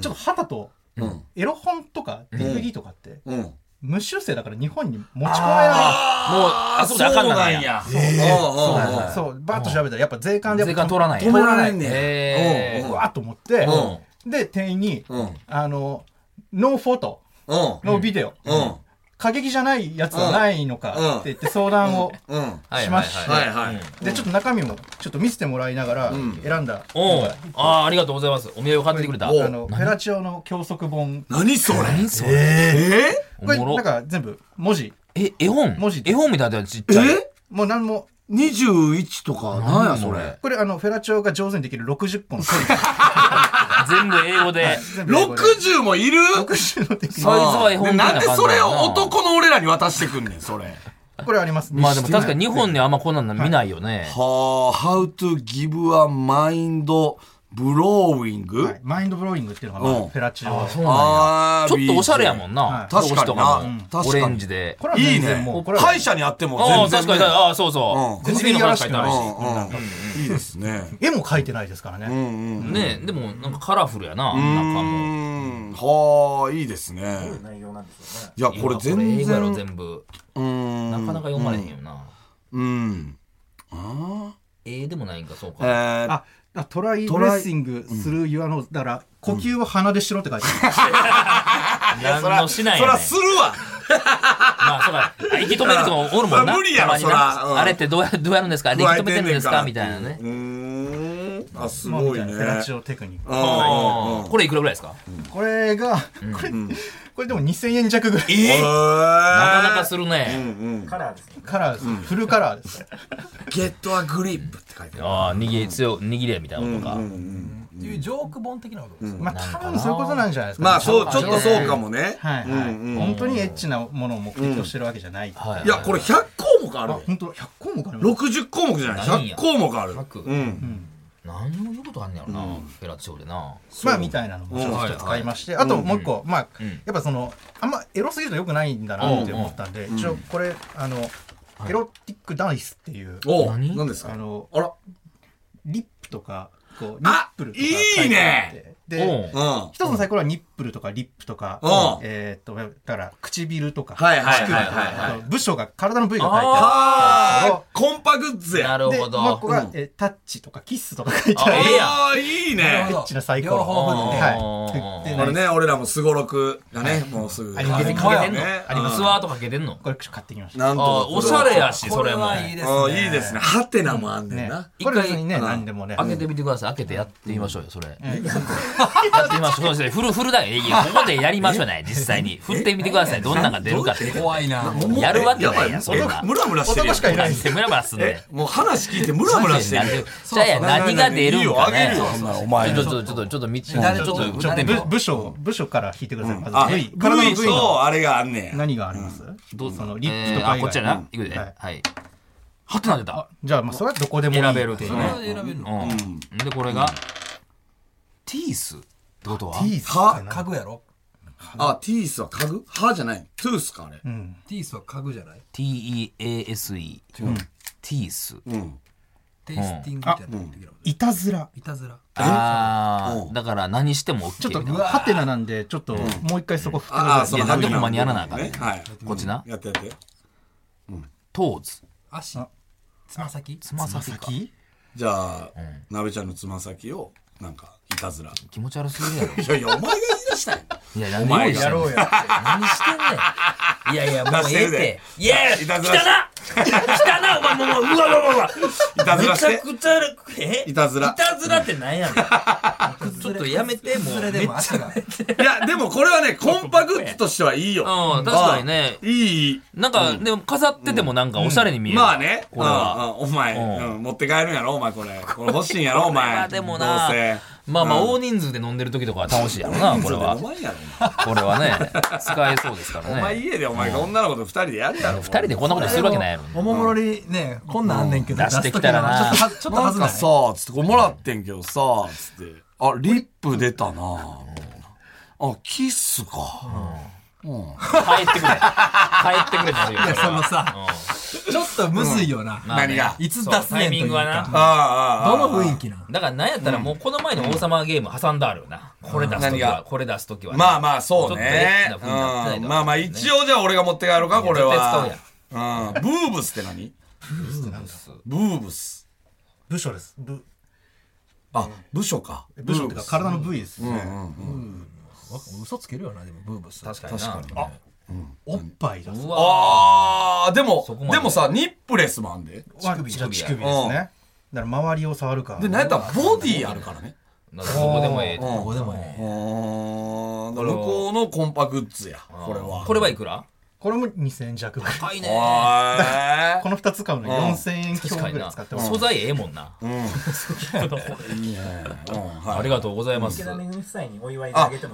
[SPEAKER 3] ちょっと旗と
[SPEAKER 2] うん
[SPEAKER 3] エロ本とか DVD とかって、
[SPEAKER 2] うんもう
[SPEAKER 3] 無修正だから日本に持ち込めない。
[SPEAKER 1] あそこであかんのなんや
[SPEAKER 2] そうなんや
[SPEAKER 3] そう、バーッと調べたら、やっぱ税関でやっ
[SPEAKER 1] 税
[SPEAKER 3] ぱ
[SPEAKER 1] 関通らない。
[SPEAKER 2] 止められんねん
[SPEAKER 1] へー
[SPEAKER 2] うん
[SPEAKER 3] うわーと思って、
[SPEAKER 2] う
[SPEAKER 3] で店員に、
[SPEAKER 2] うん
[SPEAKER 3] あのノーフォト
[SPEAKER 2] うん
[SPEAKER 3] ノービデオ、
[SPEAKER 2] うん
[SPEAKER 3] 過激じゃないやつはないのかって言って相談を、
[SPEAKER 2] うん
[SPEAKER 1] はい
[SPEAKER 3] しまし
[SPEAKER 1] は
[SPEAKER 2] はいい
[SPEAKER 1] はい
[SPEAKER 2] はい
[SPEAKER 3] でちょっと中身もちょっと見せてもらいながら
[SPEAKER 2] ん
[SPEAKER 3] 選んだ、
[SPEAKER 1] おう
[SPEAKER 3] なんか
[SPEAKER 1] ああ、ありがとうございます。お土産を買ってきてくれた。
[SPEAKER 2] お
[SPEAKER 3] あの
[SPEAKER 1] 何
[SPEAKER 3] ペラチオの教則本
[SPEAKER 2] 何それ
[SPEAKER 1] 何それ
[SPEAKER 2] え
[SPEAKER 1] お
[SPEAKER 3] これ
[SPEAKER 1] も
[SPEAKER 3] な
[SPEAKER 1] ろ
[SPEAKER 3] ん。か全部文字
[SPEAKER 1] え、絵本
[SPEAKER 3] 文字で
[SPEAKER 1] 絵本みたいなちっ
[SPEAKER 2] え
[SPEAKER 1] ちゃい。
[SPEAKER 3] もう何も
[SPEAKER 2] 21とかなんやそれ
[SPEAKER 3] これあのフェラチオが上手にできる60個のトリッ
[SPEAKER 1] 全部英語で。
[SPEAKER 3] ク全部英語で
[SPEAKER 2] 60もいる
[SPEAKER 3] 60のテク
[SPEAKER 1] サ
[SPEAKER 3] ニ
[SPEAKER 1] イズは絵本
[SPEAKER 2] で
[SPEAKER 1] みた
[SPEAKER 2] な
[SPEAKER 1] い
[SPEAKER 2] んで
[SPEAKER 1] な感じだよ
[SPEAKER 2] それを男の俺らに渡してくんねんそれ
[SPEAKER 3] ックこれあります
[SPEAKER 1] まあでも確かに日本にあんまこんなの見ないよね。
[SPEAKER 2] はあ、How to give a mind blowing?、
[SPEAKER 3] はいマインドブローイングっていうのがま
[SPEAKER 2] うん
[SPEAKER 3] あフェラチオ
[SPEAKER 1] そうなんや
[SPEAKER 2] あ
[SPEAKER 1] ちょっとおしゃれやもんな
[SPEAKER 3] は。い
[SPEAKER 1] 色紙とか
[SPEAKER 2] 確かにな確
[SPEAKER 1] も
[SPEAKER 2] かに
[SPEAKER 1] オレンジで。
[SPEAKER 3] これはい
[SPEAKER 2] い
[SPEAKER 3] 全然
[SPEAKER 2] ね
[SPEAKER 3] もう。これは
[SPEAKER 2] 歯医者にあっても
[SPEAKER 1] ああ、
[SPEAKER 2] 全然、
[SPEAKER 1] 確かに。ああ、そうそう。
[SPEAKER 2] うん
[SPEAKER 1] 口紅の話書いてあるし。
[SPEAKER 2] うんうんいいですね。
[SPEAKER 3] 絵も描いてないですからね、
[SPEAKER 2] うんうん。
[SPEAKER 1] ねえでもなんかカラフルやな、
[SPEAKER 2] う
[SPEAKER 1] 中も。
[SPEAKER 2] ん。はあ、いいですね。いや、これ全
[SPEAKER 1] 英語やろ
[SPEAKER 2] 然。
[SPEAKER 1] 全部。
[SPEAKER 2] うん。
[SPEAKER 1] なかなか読まれへんよな。
[SPEAKER 2] うん。
[SPEAKER 1] ええでもないんか、そう
[SPEAKER 2] え
[SPEAKER 1] か。
[SPEAKER 2] ー、
[SPEAKER 3] ああトライブレッシングする言わの、だから、呼吸は鼻でしろって書いてある。
[SPEAKER 1] 何のしない
[SPEAKER 2] そ
[SPEAKER 1] やね
[SPEAKER 2] ら
[SPEAKER 1] ん
[SPEAKER 2] するわ
[SPEAKER 1] まあ、そうだ。息止める人もおるもんな。
[SPEAKER 2] 無理やろ
[SPEAKER 1] たまにな
[SPEAKER 2] そらうん
[SPEAKER 1] あれってどうや、どうやるんですかあれ息止めてるんですかみたいなね
[SPEAKER 2] う。ーんあす
[SPEAKER 3] まあみ
[SPEAKER 2] ごい
[SPEAKER 3] た
[SPEAKER 2] ね
[SPEAKER 3] なペラチオテクニック。
[SPEAKER 1] あ
[SPEAKER 2] あ
[SPEAKER 1] ーこれいくらぐらいですか
[SPEAKER 3] これが、これ、これでも2000円弱ぐらい。
[SPEAKER 2] え
[SPEAKER 1] なか
[SPEAKER 2] な
[SPEAKER 1] なかするね。
[SPEAKER 3] カラーですカラーです。フルカラーです。
[SPEAKER 2] ゲットアグリップって書いてある
[SPEAKER 1] ああ、握り強、握れみたいなことか。
[SPEAKER 4] っていうジョーク本的なことですか
[SPEAKER 3] まあ多分そういうことなんじゃないですかね。
[SPEAKER 2] まあそうちょっとそうかもね
[SPEAKER 3] はいはい、本当にエッチなものを目的としてるわけじゃない。
[SPEAKER 1] はい
[SPEAKER 2] やこれ100項目ある
[SPEAKER 3] あ、本当だ100項目あるの。
[SPEAKER 2] 60項目じゃない
[SPEAKER 1] 何や
[SPEAKER 2] 100項目ある
[SPEAKER 1] 百
[SPEAKER 2] うん
[SPEAKER 1] 何を言うことあんねやろな、ペラチオでな。
[SPEAKER 3] まあみたいなのもちょっと使いまして、あともう一個、まあ、やっぱそのあんまエロすぎると良くないんだなって思ったんで、一応これあの、エロティックダイスっていう
[SPEAKER 2] おう
[SPEAKER 1] 何
[SPEAKER 2] 何ですか
[SPEAKER 3] あの
[SPEAKER 2] あら
[SPEAKER 3] リップとかこうニッ
[SPEAKER 2] あ
[SPEAKER 3] プルとか書てあって
[SPEAKER 2] いい
[SPEAKER 1] お
[SPEAKER 3] で
[SPEAKER 1] う
[SPEAKER 2] うん
[SPEAKER 3] 一つのサイコロはニップルとかリップとか
[SPEAKER 2] うん
[SPEAKER 3] えーっとだから唇とか
[SPEAKER 2] はいはいはい
[SPEAKER 3] 乳首と
[SPEAKER 2] はいはい
[SPEAKER 3] かあと部署が体の部位が書いてあ
[SPEAKER 2] ああコンパグッズ
[SPEAKER 1] な
[SPEAKER 2] や
[SPEAKER 1] る
[SPEAKER 3] る。で、も
[SPEAKER 1] ほ
[SPEAKER 3] う一個
[SPEAKER 1] ど。
[SPEAKER 3] が、えータッチとかキッスとか書いてあ
[SPEAKER 1] あ
[SPEAKER 3] る。
[SPEAKER 1] ええやん
[SPEAKER 2] ああいい
[SPEAKER 4] な
[SPEAKER 2] ね
[SPEAKER 4] るほ
[SPEAKER 3] エ
[SPEAKER 4] ど
[SPEAKER 3] ッチなサイコロ。
[SPEAKER 4] 両方
[SPEAKER 1] までね
[SPEAKER 3] はい。で
[SPEAKER 2] これね俺らもすごろくがねもうすぐ
[SPEAKER 3] あり
[SPEAKER 1] かけ
[SPEAKER 3] ま
[SPEAKER 1] て
[SPEAKER 3] すね
[SPEAKER 1] んの
[SPEAKER 2] ね
[SPEAKER 1] ありますスワートかけてんの
[SPEAKER 3] これ買ってきました。
[SPEAKER 2] なんと
[SPEAKER 1] あ
[SPEAKER 2] かこれは
[SPEAKER 1] ーおしゃれやし、それも。
[SPEAKER 4] はいいです
[SPEAKER 2] あ
[SPEAKER 4] ね
[SPEAKER 2] あいいですねハテナもあんねん
[SPEAKER 3] ね
[SPEAKER 2] な、
[SPEAKER 3] これ別にね、何でもね。
[SPEAKER 1] 開けてみてください。開けてやってみましょうよ、それ。やってみましょう。そうですね。フルフルだよ。いやここでやりましょうね、実際に。振ってみてください。どんなのが出るかって。
[SPEAKER 4] 怖いな
[SPEAKER 2] もう
[SPEAKER 1] やるわけな
[SPEAKER 2] ば
[SPEAKER 1] いやん
[SPEAKER 2] もう
[SPEAKER 1] そんな
[SPEAKER 2] ムラムラしてるやん
[SPEAKER 3] 男しかいない
[SPEAKER 1] なんでムラムラすんねん。
[SPEAKER 2] もう話聞いてムラムラしてるやん
[SPEAKER 1] じゃあや、何が出るんか
[SPEAKER 2] いいよあげ
[SPEAKER 1] ね
[SPEAKER 2] る。よそんなのお前
[SPEAKER 1] ちょっと、ちょっと、ちょっと、みちょっ
[SPEAKER 4] 誰
[SPEAKER 1] と、ちょっと、
[SPEAKER 3] ち
[SPEAKER 1] ち
[SPEAKER 3] ょ
[SPEAKER 1] ょ
[SPEAKER 3] っ
[SPEAKER 1] っ
[SPEAKER 3] と
[SPEAKER 1] と、
[SPEAKER 3] 部部署部署から引いてください。まず
[SPEAKER 2] あ
[SPEAKER 3] 部位体の
[SPEAKER 2] V
[SPEAKER 3] 部位の
[SPEAKER 2] とあれがあんねや
[SPEAKER 3] 何があります？
[SPEAKER 1] どう
[SPEAKER 3] そのリップと
[SPEAKER 1] えー
[SPEAKER 3] か
[SPEAKER 1] あ、
[SPEAKER 3] 以
[SPEAKER 1] こっちや
[SPEAKER 3] 外。
[SPEAKER 1] な。いくで。
[SPEAKER 3] はい
[SPEAKER 1] はい。はてな出た。
[SPEAKER 3] じゃあまあそれはどこでもいい
[SPEAKER 1] 選べるっていうね。
[SPEAKER 4] 選べるの
[SPEAKER 1] うん。で、これが、ティースってことは
[SPEAKER 3] T すか
[SPEAKER 4] 家
[SPEAKER 3] な。
[SPEAKER 4] 具やろ
[SPEAKER 2] あティースは家具歯じゃないトゥースかあれ
[SPEAKER 3] うん。
[SPEAKER 4] ティースは家具じゃない
[SPEAKER 1] ?T-E-A-S-E。ティース。
[SPEAKER 4] テイスティングみたいなのできるわ
[SPEAKER 3] いたずら。
[SPEAKER 4] いたずら
[SPEAKER 1] あ
[SPEAKER 2] う
[SPEAKER 1] あ、
[SPEAKER 2] ん
[SPEAKER 1] だから何しても OK
[SPEAKER 3] ちょっと
[SPEAKER 1] みたいな
[SPEAKER 3] ハテナなんでちょっともう一回そこ振ってくだ
[SPEAKER 2] ああ
[SPEAKER 3] さ
[SPEAKER 2] そ
[SPEAKER 1] い
[SPEAKER 2] の
[SPEAKER 1] やなんでも間に合わなあかんね
[SPEAKER 2] ねはい
[SPEAKER 1] こっちな。
[SPEAKER 2] やってやって
[SPEAKER 1] トーズ。
[SPEAKER 4] 足つま先
[SPEAKER 1] つま先
[SPEAKER 3] い。
[SPEAKER 1] か。
[SPEAKER 3] 先？
[SPEAKER 2] じゃあなべちゃんのつま先をなんかいたずらい
[SPEAKER 1] 気持ち悪すぎるやろ。
[SPEAKER 2] やいやお前が言い出した んや
[SPEAKER 1] いや、何用意してんの
[SPEAKER 4] やろうや
[SPEAKER 1] 何してんねん。いやいや、もう
[SPEAKER 2] 出し
[SPEAKER 1] え
[SPEAKER 2] て
[SPEAKER 1] えっ
[SPEAKER 2] るで
[SPEAKER 1] て。いや、
[SPEAKER 2] い
[SPEAKER 1] 汚
[SPEAKER 2] た
[SPEAKER 1] な
[SPEAKER 2] ずらし
[SPEAKER 1] 汚なお前もう、うわうわうわうわ。
[SPEAKER 2] いたずら
[SPEAKER 1] め
[SPEAKER 2] し
[SPEAKER 1] ちゃ
[SPEAKER 2] て
[SPEAKER 1] くちゃ、え
[SPEAKER 2] いたずら
[SPEAKER 1] いたずらってなんや ねん。ちょっとやめて、もう。
[SPEAKER 4] それでも足が
[SPEAKER 2] いやでもこれはねコンパグッズとしてはいいよ
[SPEAKER 1] うん確かにね
[SPEAKER 2] ああいい
[SPEAKER 1] なんか、でも飾っててもなんかおしゃれに見える。
[SPEAKER 2] まあね、
[SPEAKER 1] これは
[SPEAKER 2] うんうんお前、
[SPEAKER 1] うん
[SPEAKER 2] うん持って帰るんやろ、お前これ。これ欲しいんやろ、お
[SPEAKER 1] これ
[SPEAKER 2] 前。
[SPEAKER 1] は でもな
[SPEAKER 2] どうせ。
[SPEAKER 1] まあまあ、
[SPEAKER 2] うん
[SPEAKER 1] 大人数で飲んでる時とかは楽しいやろな、これは
[SPEAKER 2] お。前やろ、
[SPEAKER 1] これはね、使えそうですか
[SPEAKER 2] お前。
[SPEAKER 1] ら
[SPEAKER 2] お前
[SPEAKER 1] ね。
[SPEAKER 2] 家でお前が女の子と二人でやるやろ。二
[SPEAKER 1] 二人でこんなことするわけないやろ。
[SPEAKER 4] おもむろにねこんなんあんねんけど
[SPEAKER 1] 出してきたらな
[SPEAKER 4] 出す時はちょっとちょっと
[SPEAKER 2] な
[SPEAKER 4] は
[SPEAKER 2] ん
[SPEAKER 4] ずな
[SPEAKER 2] か
[SPEAKER 4] い
[SPEAKER 2] さ、つってこれもらってんけどさ、つって。あ、リップ出たなあ、キッスか。
[SPEAKER 1] 帰ってくれ。帰ってくれって
[SPEAKER 4] い
[SPEAKER 1] な
[SPEAKER 4] や
[SPEAKER 1] るよ。
[SPEAKER 4] そのさちょっとむずいよな
[SPEAKER 2] 何が
[SPEAKER 4] いつ出すねんとい
[SPEAKER 1] タイミン
[SPEAKER 4] う
[SPEAKER 1] グはな
[SPEAKER 4] か
[SPEAKER 2] ああ、ああ。
[SPEAKER 4] どの雰囲気なん
[SPEAKER 1] だからなんやったらもうこの前の王様ゲーム挟んだあるよな。これ出すと
[SPEAKER 2] 何
[SPEAKER 1] き
[SPEAKER 2] が
[SPEAKER 1] は、これ出すときはね。
[SPEAKER 2] まあまあ、そう
[SPEAKER 1] ち
[SPEAKER 2] ね
[SPEAKER 1] ょ。っ
[SPEAKER 2] う
[SPEAKER 1] とエッチな風になってないと
[SPEAKER 2] んまあまあ、一
[SPEAKER 1] 応。
[SPEAKER 2] 応じゃあ俺が持って帰ろうか、これは。
[SPEAKER 1] 絶
[SPEAKER 2] うん。ブーブスって何ブーブス。
[SPEAKER 3] 部署です。部
[SPEAKER 2] あ、部署か。
[SPEAKER 3] 部署っていうか体の部位ですね。
[SPEAKER 4] 嘘つけるよなでもブーブス
[SPEAKER 1] 確かにな。確
[SPEAKER 2] か
[SPEAKER 3] おっぱいだそう。
[SPEAKER 1] うわ
[SPEAKER 2] あー、でも
[SPEAKER 1] こま、で
[SPEAKER 2] でもさ、ニップレスもあんで。
[SPEAKER 3] 乳首乳
[SPEAKER 1] 首
[SPEAKER 3] 首ですね。だから周りを触るか。
[SPEAKER 2] で、なんやったらボディあるからね。
[SPEAKER 1] なんかどこでもええって。
[SPEAKER 4] ここでもね
[SPEAKER 2] うん。向こうのコンパグッズや、これは。
[SPEAKER 1] これはいくら
[SPEAKER 3] これも2000円弱ぐらい。
[SPEAKER 1] 高いね。
[SPEAKER 2] は
[SPEAKER 3] この2つ買うのに4000円強
[SPEAKER 1] 確か
[SPEAKER 3] ぐ
[SPEAKER 1] に
[SPEAKER 3] らい
[SPEAKER 1] な
[SPEAKER 3] 使って。ます
[SPEAKER 1] 素。材ええもんな。
[SPEAKER 2] ーい。うんはい
[SPEAKER 1] ありがとうございます。
[SPEAKER 2] あ、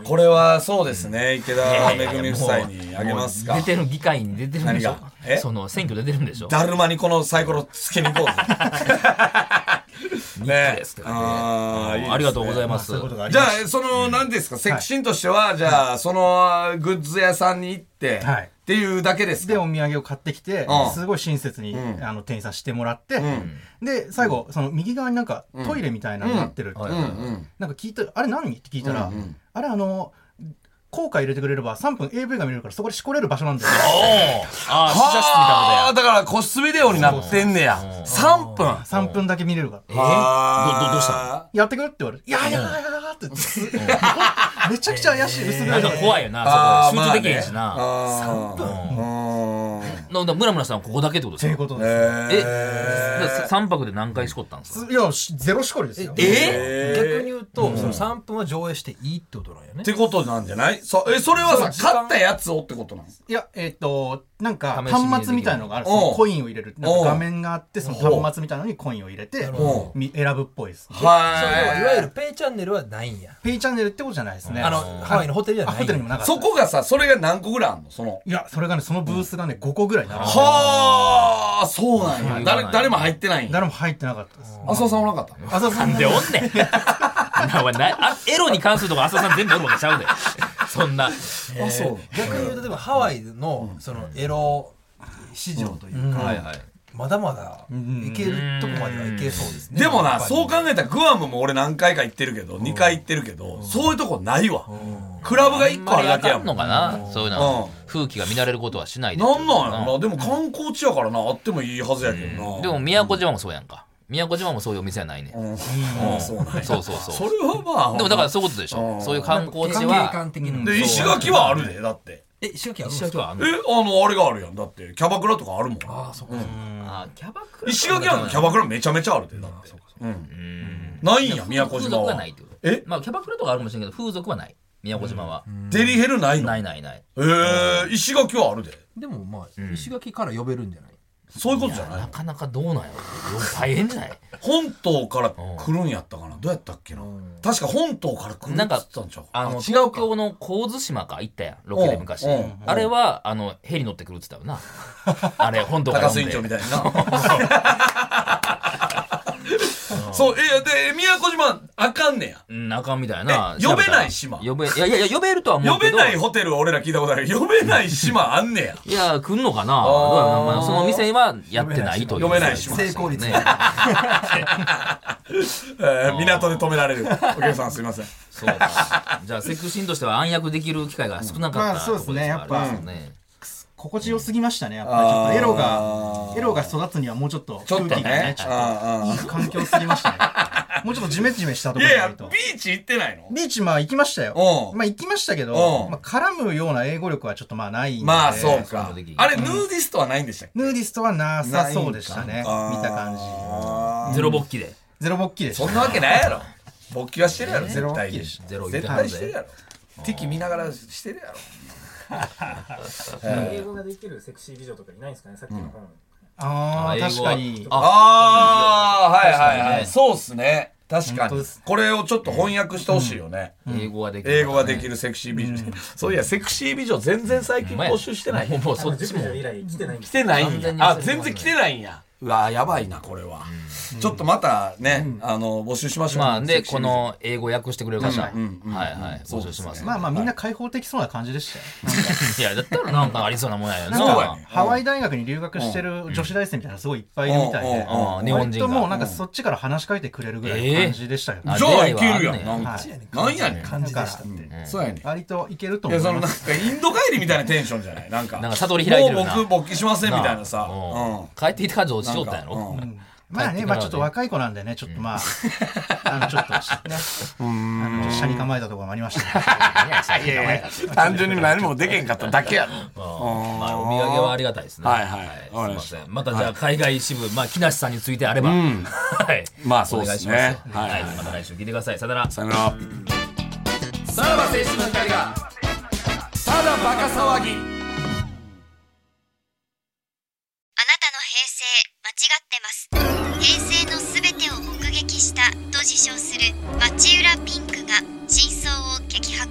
[SPEAKER 2] これはそうですね、池田めぐみ夫妻にあげますか
[SPEAKER 1] もう。出てる議会に出てるんでしょ
[SPEAKER 2] 何がえ
[SPEAKER 1] その選挙出てるんでしょ
[SPEAKER 2] だるまにこのサイコロつけに行 こうぜ。ね
[SPEAKER 1] ですからね
[SPEAKER 2] あーいいですね
[SPEAKER 1] ありがとうございます。
[SPEAKER 3] そういうことがあり
[SPEAKER 2] じ
[SPEAKER 3] ま
[SPEAKER 2] ゃ
[SPEAKER 3] す。
[SPEAKER 2] あ、その、なんですか、セクシンとしては、じゃあ、その、グッズ屋さんに行って、
[SPEAKER 3] はい
[SPEAKER 2] っていうだけです
[SPEAKER 3] で
[SPEAKER 2] か
[SPEAKER 3] お土産を買ってきて
[SPEAKER 2] うん
[SPEAKER 3] すごい親切に、あの店員さんしてもらって、で最後その右側になんかトイレみたいなのになってるって、
[SPEAKER 1] うん
[SPEAKER 2] うんうん
[SPEAKER 3] なんか聞いたあれ何って聞いたら、あれあの効果入れてくれれば3分 AV が見れるからそこでしこれる場所なんだよ。
[SPEAKER 1] おーあー、試写室みたいなことや
[SPEAKER 2] ああ、。だから個室ビデオになってんねや。3分。
[SPEAKER 3] 3分だけ見れるか
[SPEAKER 1] え
[SPEAKER 3] ら。
[SPEAKER 1] ー、どどどうした
[SPEAKER 2] た
[SPEAKER 3] やってくるって言われる。いやいやいやいやって。めちゃくちゃ怪しい、薄
[SPEAKER 1] のなん
[SPEAKER 3] 暗い
[SPEAKER 1] か
[SPEAKER 3] の。
[SPEAKER 1] 怖いよな、そこ集中できへん
[SPEAKER 2] ま
[SPEAKER 1] しな。
[SPEAKER 2] あねあー
[SPEAKER 1] なんだ村村さんここだけってこと
[SPEAKER 3] と
[SPEAKER 1] で
[SPEAKER 3] い
[SPEAKER 1] すか
[SPEAKER 3] うことです。
[SPEAKER 1] え
[SPEAKER 2] え
[SPEAKER 1] だ三泊で何回しこったんですか
[SPEAKER 3] いや、しゼロしこりですよ。
[SPEAKER 2] えー
[SPEAKER 4] 逆に言うと、その3分は上映していいってことなんよね
[SPEAKER 2] ってことなんじゃないそえそれはさ勝ったやつをってことなんです
[SPEAKER 3] いや、えっ、と、なんか
[SPEAKER 1] 試し見
[SPEAKER 3] 端末みたいのがある。
[SPEAKER 2] できる
[SPEAKER 3] そのコインを入れる。なん
[SPEAKER 2] おう
[SPEAKER 3] か画面があって、その端末みたいのにコインを入れて
[SPEAKER 2] おう、
[SPEAKER 3] み選ぶっぽいです。
[SPEAKER 4] そう要はいわゆる
[SPEAKER 2] は
[SPEAKER 4] ペイチャンネルはないんや
[SPEAKER 3] ペイチャンネルってことじゃないですね。
[SPEAKER 4] あのハワイのホテルじゃ
[SPEAKER 3] あ
[SPEAKER 4] ない
[SPEAKER 3] ホテルにもなか
[SPEAKER 2] い
[SPEAKER 3] った。
[SPEAKER 2] そこがさそれが何個ぐらいあんのその
[SPEAKER 3] いや、それがね、そのブースがね、5個ぐらい並んでる
[SPEAKER 2] はあそうなんや誰誰も入ってないんや
[SPEAKER 3] 誰も入ってなかったです。
[SPEAKER 2] 浅尾さんおらんかった
[SPEAKER 3] 浅田
[SPEAKER 1] な
[SPEAKER 3] さん
[SPEAKER 1] ん
[SPEAKER 3] も
[SPEAKER 1] でおんねん なお前なあエロに関するとこ浅田さん全部おるわけちゃうで。そんな。
[SPEAKER 2] あそう
[SPEAKER 4] 逆に言うとでもハワイのそのエロ市場というか、
[SPEAKER 1] はい。
[SPEAKER 4] まだまだいけるとこまではいけそうですね
[SPEAKER 2] でも
[SPEAKER 4] や
[SPEAKER 2] な
[SPEAKER 4] っぱり
[SPEAKER 2] そう考えたらグアムも俺何回か行ってるけど2回行ってるけどそういうとこないわクラブが1個あるだけや
[SPEAKER 1] あ
[SPEAKER 2] も
[SPEAKER 1] ん
[SPEAKER 2] ん
[SPEAKER 1] まりあかんのかなそういう
[SPEAKER 2] う
[SPEAKER 1] の
[SPEAKER 2] ん。
[SPEAKER 1] 風紀が乱れることはしないで。
[SPEAKER 2] なんなんやろなでも観光地やからなあってもいいはずやけどな
[SPEAKER 1] でも宮古島もそうやんか。宮古島もそういうお店はないね。
[SPEAKER 2] うんうんそうなんや
[SPEAKER 1] そうそうそう
[SPEAKER 2] それはまあ
[SPEAKER 1] でもだからそういうことでしょ。
[SPEAKER 2] うん
[SPEAKER 1] そういう観光地
[SPEAKER 4] 景
[SPEAKER 1] は。
[SPEAKER 4] 観的な
[SPEAKER 2] で石垣はあるでだって
[SPEAKER 4] え石垣あるん
[SPEAKER 1] 石
[SPEAKER 4] です
[SPEAKER 1] 垣
[SPEAKER 4] か
[SPEAKER 1] はあん
[SPEAKER 2] え
[SPEAKER 1] の
[SPEAKER 2] あのあれがあるやんだってキャバクラとかあるもん
[SPEAKER 4] ああそっか
[SPEAKER 1] あキャバクラ
[SPEAKER 2] 石垣なんかキャバクラめちゃめちゃあるでだってうんないんや宮古
[SPEAKER 1] 風
[SPEAKER 2] 島
[SPEAKER 1] 俗は
[SPEAKER 2] は
[SPEAKER 1] ないってこと
[SPEAKER 2] え
[SPEAKER 1] まあキャバクラとかあるかもしれんけど風俗はない宮古島は、
[SPEAKER 2] デリヘルないの
[SPEAKER 1] な
[SPEAKER 2] え
[SPEAKER 1] いないない
[SPEAKER 2] ー石垣はあるで
[SPEAKER 4] でもまあ石垣から呼べるんじゃない
[SPEAKER 2] そういうことじゃな
[SPEAKER 1] ないかなかどうなんやろ大変じ ゃない
[SPEAKER 2] 本島から来るんやったかなどうやったっけな確か本島から来るっ
[SPEAKER 1] なんか
[SPEAKER 2] つってたんちゃうか
[SPEAKER 1] あの
[SPEAKER 2] 違
[SPEAKER 1] 東
[SPEAKER 2] うか
[SPEAKER 1] 京の神津島か行ったやんロケで昔
[SPEAKER 2] うんうん
[SPEAKER 1] あれはあのヘリ乗ってくるっつったよな あれ本土から
[SPEAKER 2] 高須
[SPEAKER 1] 呼ん
[SPEAKER 2] 院
[SPEAKER 1] で
[SPEAKER 2] 長みたいになそうえで宮古島あかんねや
[SPEAKER 1] うんあかんみたいな
[SPEAKER 2] え呼べない島
[SPEAKER 1] 呼べいやいやいや呼べるとは思う
[SPEAKER 2] 呼
[SPEAKER 1] け
[SPEAKER 2] べ
[SPEAKER 1] ど
[SPEAKER 2] ないホテルは俺ら聞いたことあるけど呼べない島あんねや
[SPEAKER 1] いや来んのかなどうやろなまあその店はやってないという
[SPEAKER 2] 呼べない島
[SPEAKER 4] 成功率
[SPEAKER 1] ね
[SPEAKER 2] えー港で止められる。お客さんすいません。
[SPEAKER 1] そうか。じゃあ、セクシーンとしては暗躍できる機会が少なかった、
[SPEAKER 3] まあそうですね
[SPEAKER 1] ところですからね
[SPEAKER 3] 心地よすぎましたね、やっぱり。ちょっとエロ
[SPEAKER 2] あ
[SPEAKER 3] が、
[SPEAKER 2] ー
[SPEAKER 3] エロが育つにはもうちょっと空気がね、ちょっ
[SPEAKER 2] あ
[SPEAKER 3] といい環境すぎました ね。もうちょっとジメジメしたと
[SPEAKER 2] あい
[SPEAKER 3] ころ
[SPEAKER 2] やい
[SPEAKER 3] が
[SPEAKER 2] や、
[SPEAKER 3] な
[SPEAKER 2] ビ
[SPEAKER 3] いと。
[SPEAKER 2] ーチ行ってないの
[SPEAKER 3] ビーチまあ行きましたよ
[SPEAKER 2] うん。
[SPEAKER 3] まあ行きましたけど
[SPEAKER 2] う、ん
[SPEAKER 3] まあ絡むような英語力はちょっとまあないんで。
[SPEAKER 2] まあ、そう
[SPEAKER 1] そ
[SPEAKER 2] か
[SPEAKER 1] ういうのできる。
[SPEAKER 2] あれ、ヌーディストはないんでしたっけ
[SPEAKER 3] ヌーディストはなさそうでしたね。見
[SPEAKER 2] あー
[SPEAKER 3] た感じ。
[SPEAKER 1] ゼロ勃起で。
[SPEAKER 3] ゼロボッキーでし
[SPEAKER 2] そ
[SPEAKER 3] た
[SPEAKER 2] ん。なわけないやろ。勃起はしてるやろ、
[SPEAKER 3] ゼロ
[SPEAKER 2] 絶対に。
[SPEAKER 1] ゼロ
[SPEAKER 2] 絶対してるやろ。敵見ながらしてるやろ。
[SPEAKER 5] 英語ができるセクシー美女とかいないんですかね、さっきの本。
[SPEAKER 3] ああ、
[SPEAKER 1] 英語
[SPEAKER 3] 確
[SPEAKER 1] は
[SPEAKER 3] かに。
[SPEAKER 1] あ
[SPEAKER 2] ああ、はい
[SPEAKER 1] 確
[SPEAKER 2] はい
[SPEAKER 1] か
[SPEAKER 2] は
[SPEAKER 1] にね
[SPEAKER 2] い。そうっすね。確か
[SPEAKER 3] 本当
[SPEAKER 2] に
[SPEAKER 3] です。
[SPEAKER 2] これをちょっと翻訳してほしいよね。
[SPEAKER 1] 英語ができる、
[SPEAKER 2] 英語ができ。るセクシー美女。そういや、セクシー美女全然最近募集してない
[SPEAKER 1] も。うもうそっ
[SPEAKER 5] 塾
[SPEAKER 1] ちも。
[SPEAKER 5] 女以来来てないんで
[SPEAKER 2] 来
[SPEAKER 5] す
[SPEAKER 2] てないん
[SPEAKER 1] 完全
[SPEAKER 2] や
[SPEAKER 1] に忘れてま
[SPEAKER 2] あ
[SPEAKER 1] すね
[SPEAKER 2] 全然来てないんやうわやばいなこれは、ちょっとまたね、あの募集しましょう
[SPEAKER 1] まあ、で、
[SPEAKER 2] セクシー
[SPEAKER 1] この英語訳してくれる方、はい
[SPEAKER 2] んうん
[SPEAKER 1] はい、募集します。
[SPEAKER 3] まあまあみんな開放的そうな感じでしたよ。
[SPEAKER 1] いや、だったらなんかありそうなもんやよな。
[SPEAKER 2] そうやね
[SPEAKER 3] ハワイ大学に留学してる女子大生みたいなのすごいいっぱいいるみたいで
[SPEAKER 2] うんうんうん
[SPEAKER 1] 日本人が
[SPEAKER 3] 割ともうなんかそっちから話しかけてくれるぐらいの感じでしたよ、ね
[SPEAKER 1] え
[SPEAKER 2] じゃあいけるや
[SPEAKER 1] 出会い
[SPEAKER 2] ん
[SPEAKER 1] は
[SPEAKER 2] な
[SPEAKER 1] あ
[SPEAKER 2] んん
[SPEAKER 3] は
[SPEAKER 2] か
[SPEAKER 3] い
[SPEAKER 2] なんやねん
[SPEAKER 4] 感じでしたって
[SPEAKER 2] そうやねんい
[SPEAKER 3] 割といけると思
[SPEAKER 2] や
[SPEAKER 3] い
[SPEAKER 2] その
[SPEAKER 3] ま
[SPEAKER 2] なん
[SPEAKER 3] す
[SPEAKER 2] かインド帰りみたいなテンションじゃないなんか
[SPEAKER 1] なんか悟り開いてるよ
[SPEAKER 2] も
[SPEAKER 1] な
[SPEAKER 2] う僕勃起しませんみたいなさ
[SPEAKER 1] うん
[SPEAKER 2] うん
[SPEAKER 1] 帰ってきた感じ落ちとったんやろ。
[SPEAKER 2] なんかう
[SPEAKER 3] まあ
[SPEAKER 1] 帰って
[SPEAKER 3] ね
[SPEAKER 1] から
[SPEAKER 3] ま
[SPEAKER 1] はね
[SPEAKER 3] あちょっと若い子なんでねちょっとまあ、 あのち ょっとねあの車に構えたところもありました ね
[SPEAKER 1] いやいやいや
[SPEAKER 2] 単純に何もでけんかっただけやろ
[SPEAKER 1] まあ、お土産はありがたいですね。
[SPEAKER 2] はいはい
[SPEAKER 1] すい
[SPEAKER 2] わかり
[SPEAKER 1] ま
[SPEAKER 2] まし
[SPEAKER 1] せ
[SPEAKER 2] た
[SPEAKER 1] ん。またじゃあ、海外支部、まあ、木梨さんについてあれば。 はい。
[SPEAKER 2] まあそうですね
[SPEAKER 1] お願いします
[SPEAKER 2] はい
[SPEAKER 1] はい。また来週聞いてください。さよなら。
[SPEAKER 2] さよなら
[SPEAKER 1] さらば青春の光が
[SPEAKER 2] ただバカ騒
[SPEAKER 6] あ
[SPEAKER 2] ぎ
[SPEAKER 6] なたの平成間違ってます平成のすべてを目撃したと自称する町浦ピンクが真相を激白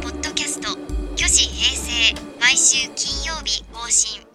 [SPEAKER 6] ポッドキャスト「巨子平成」毎週金曜日更新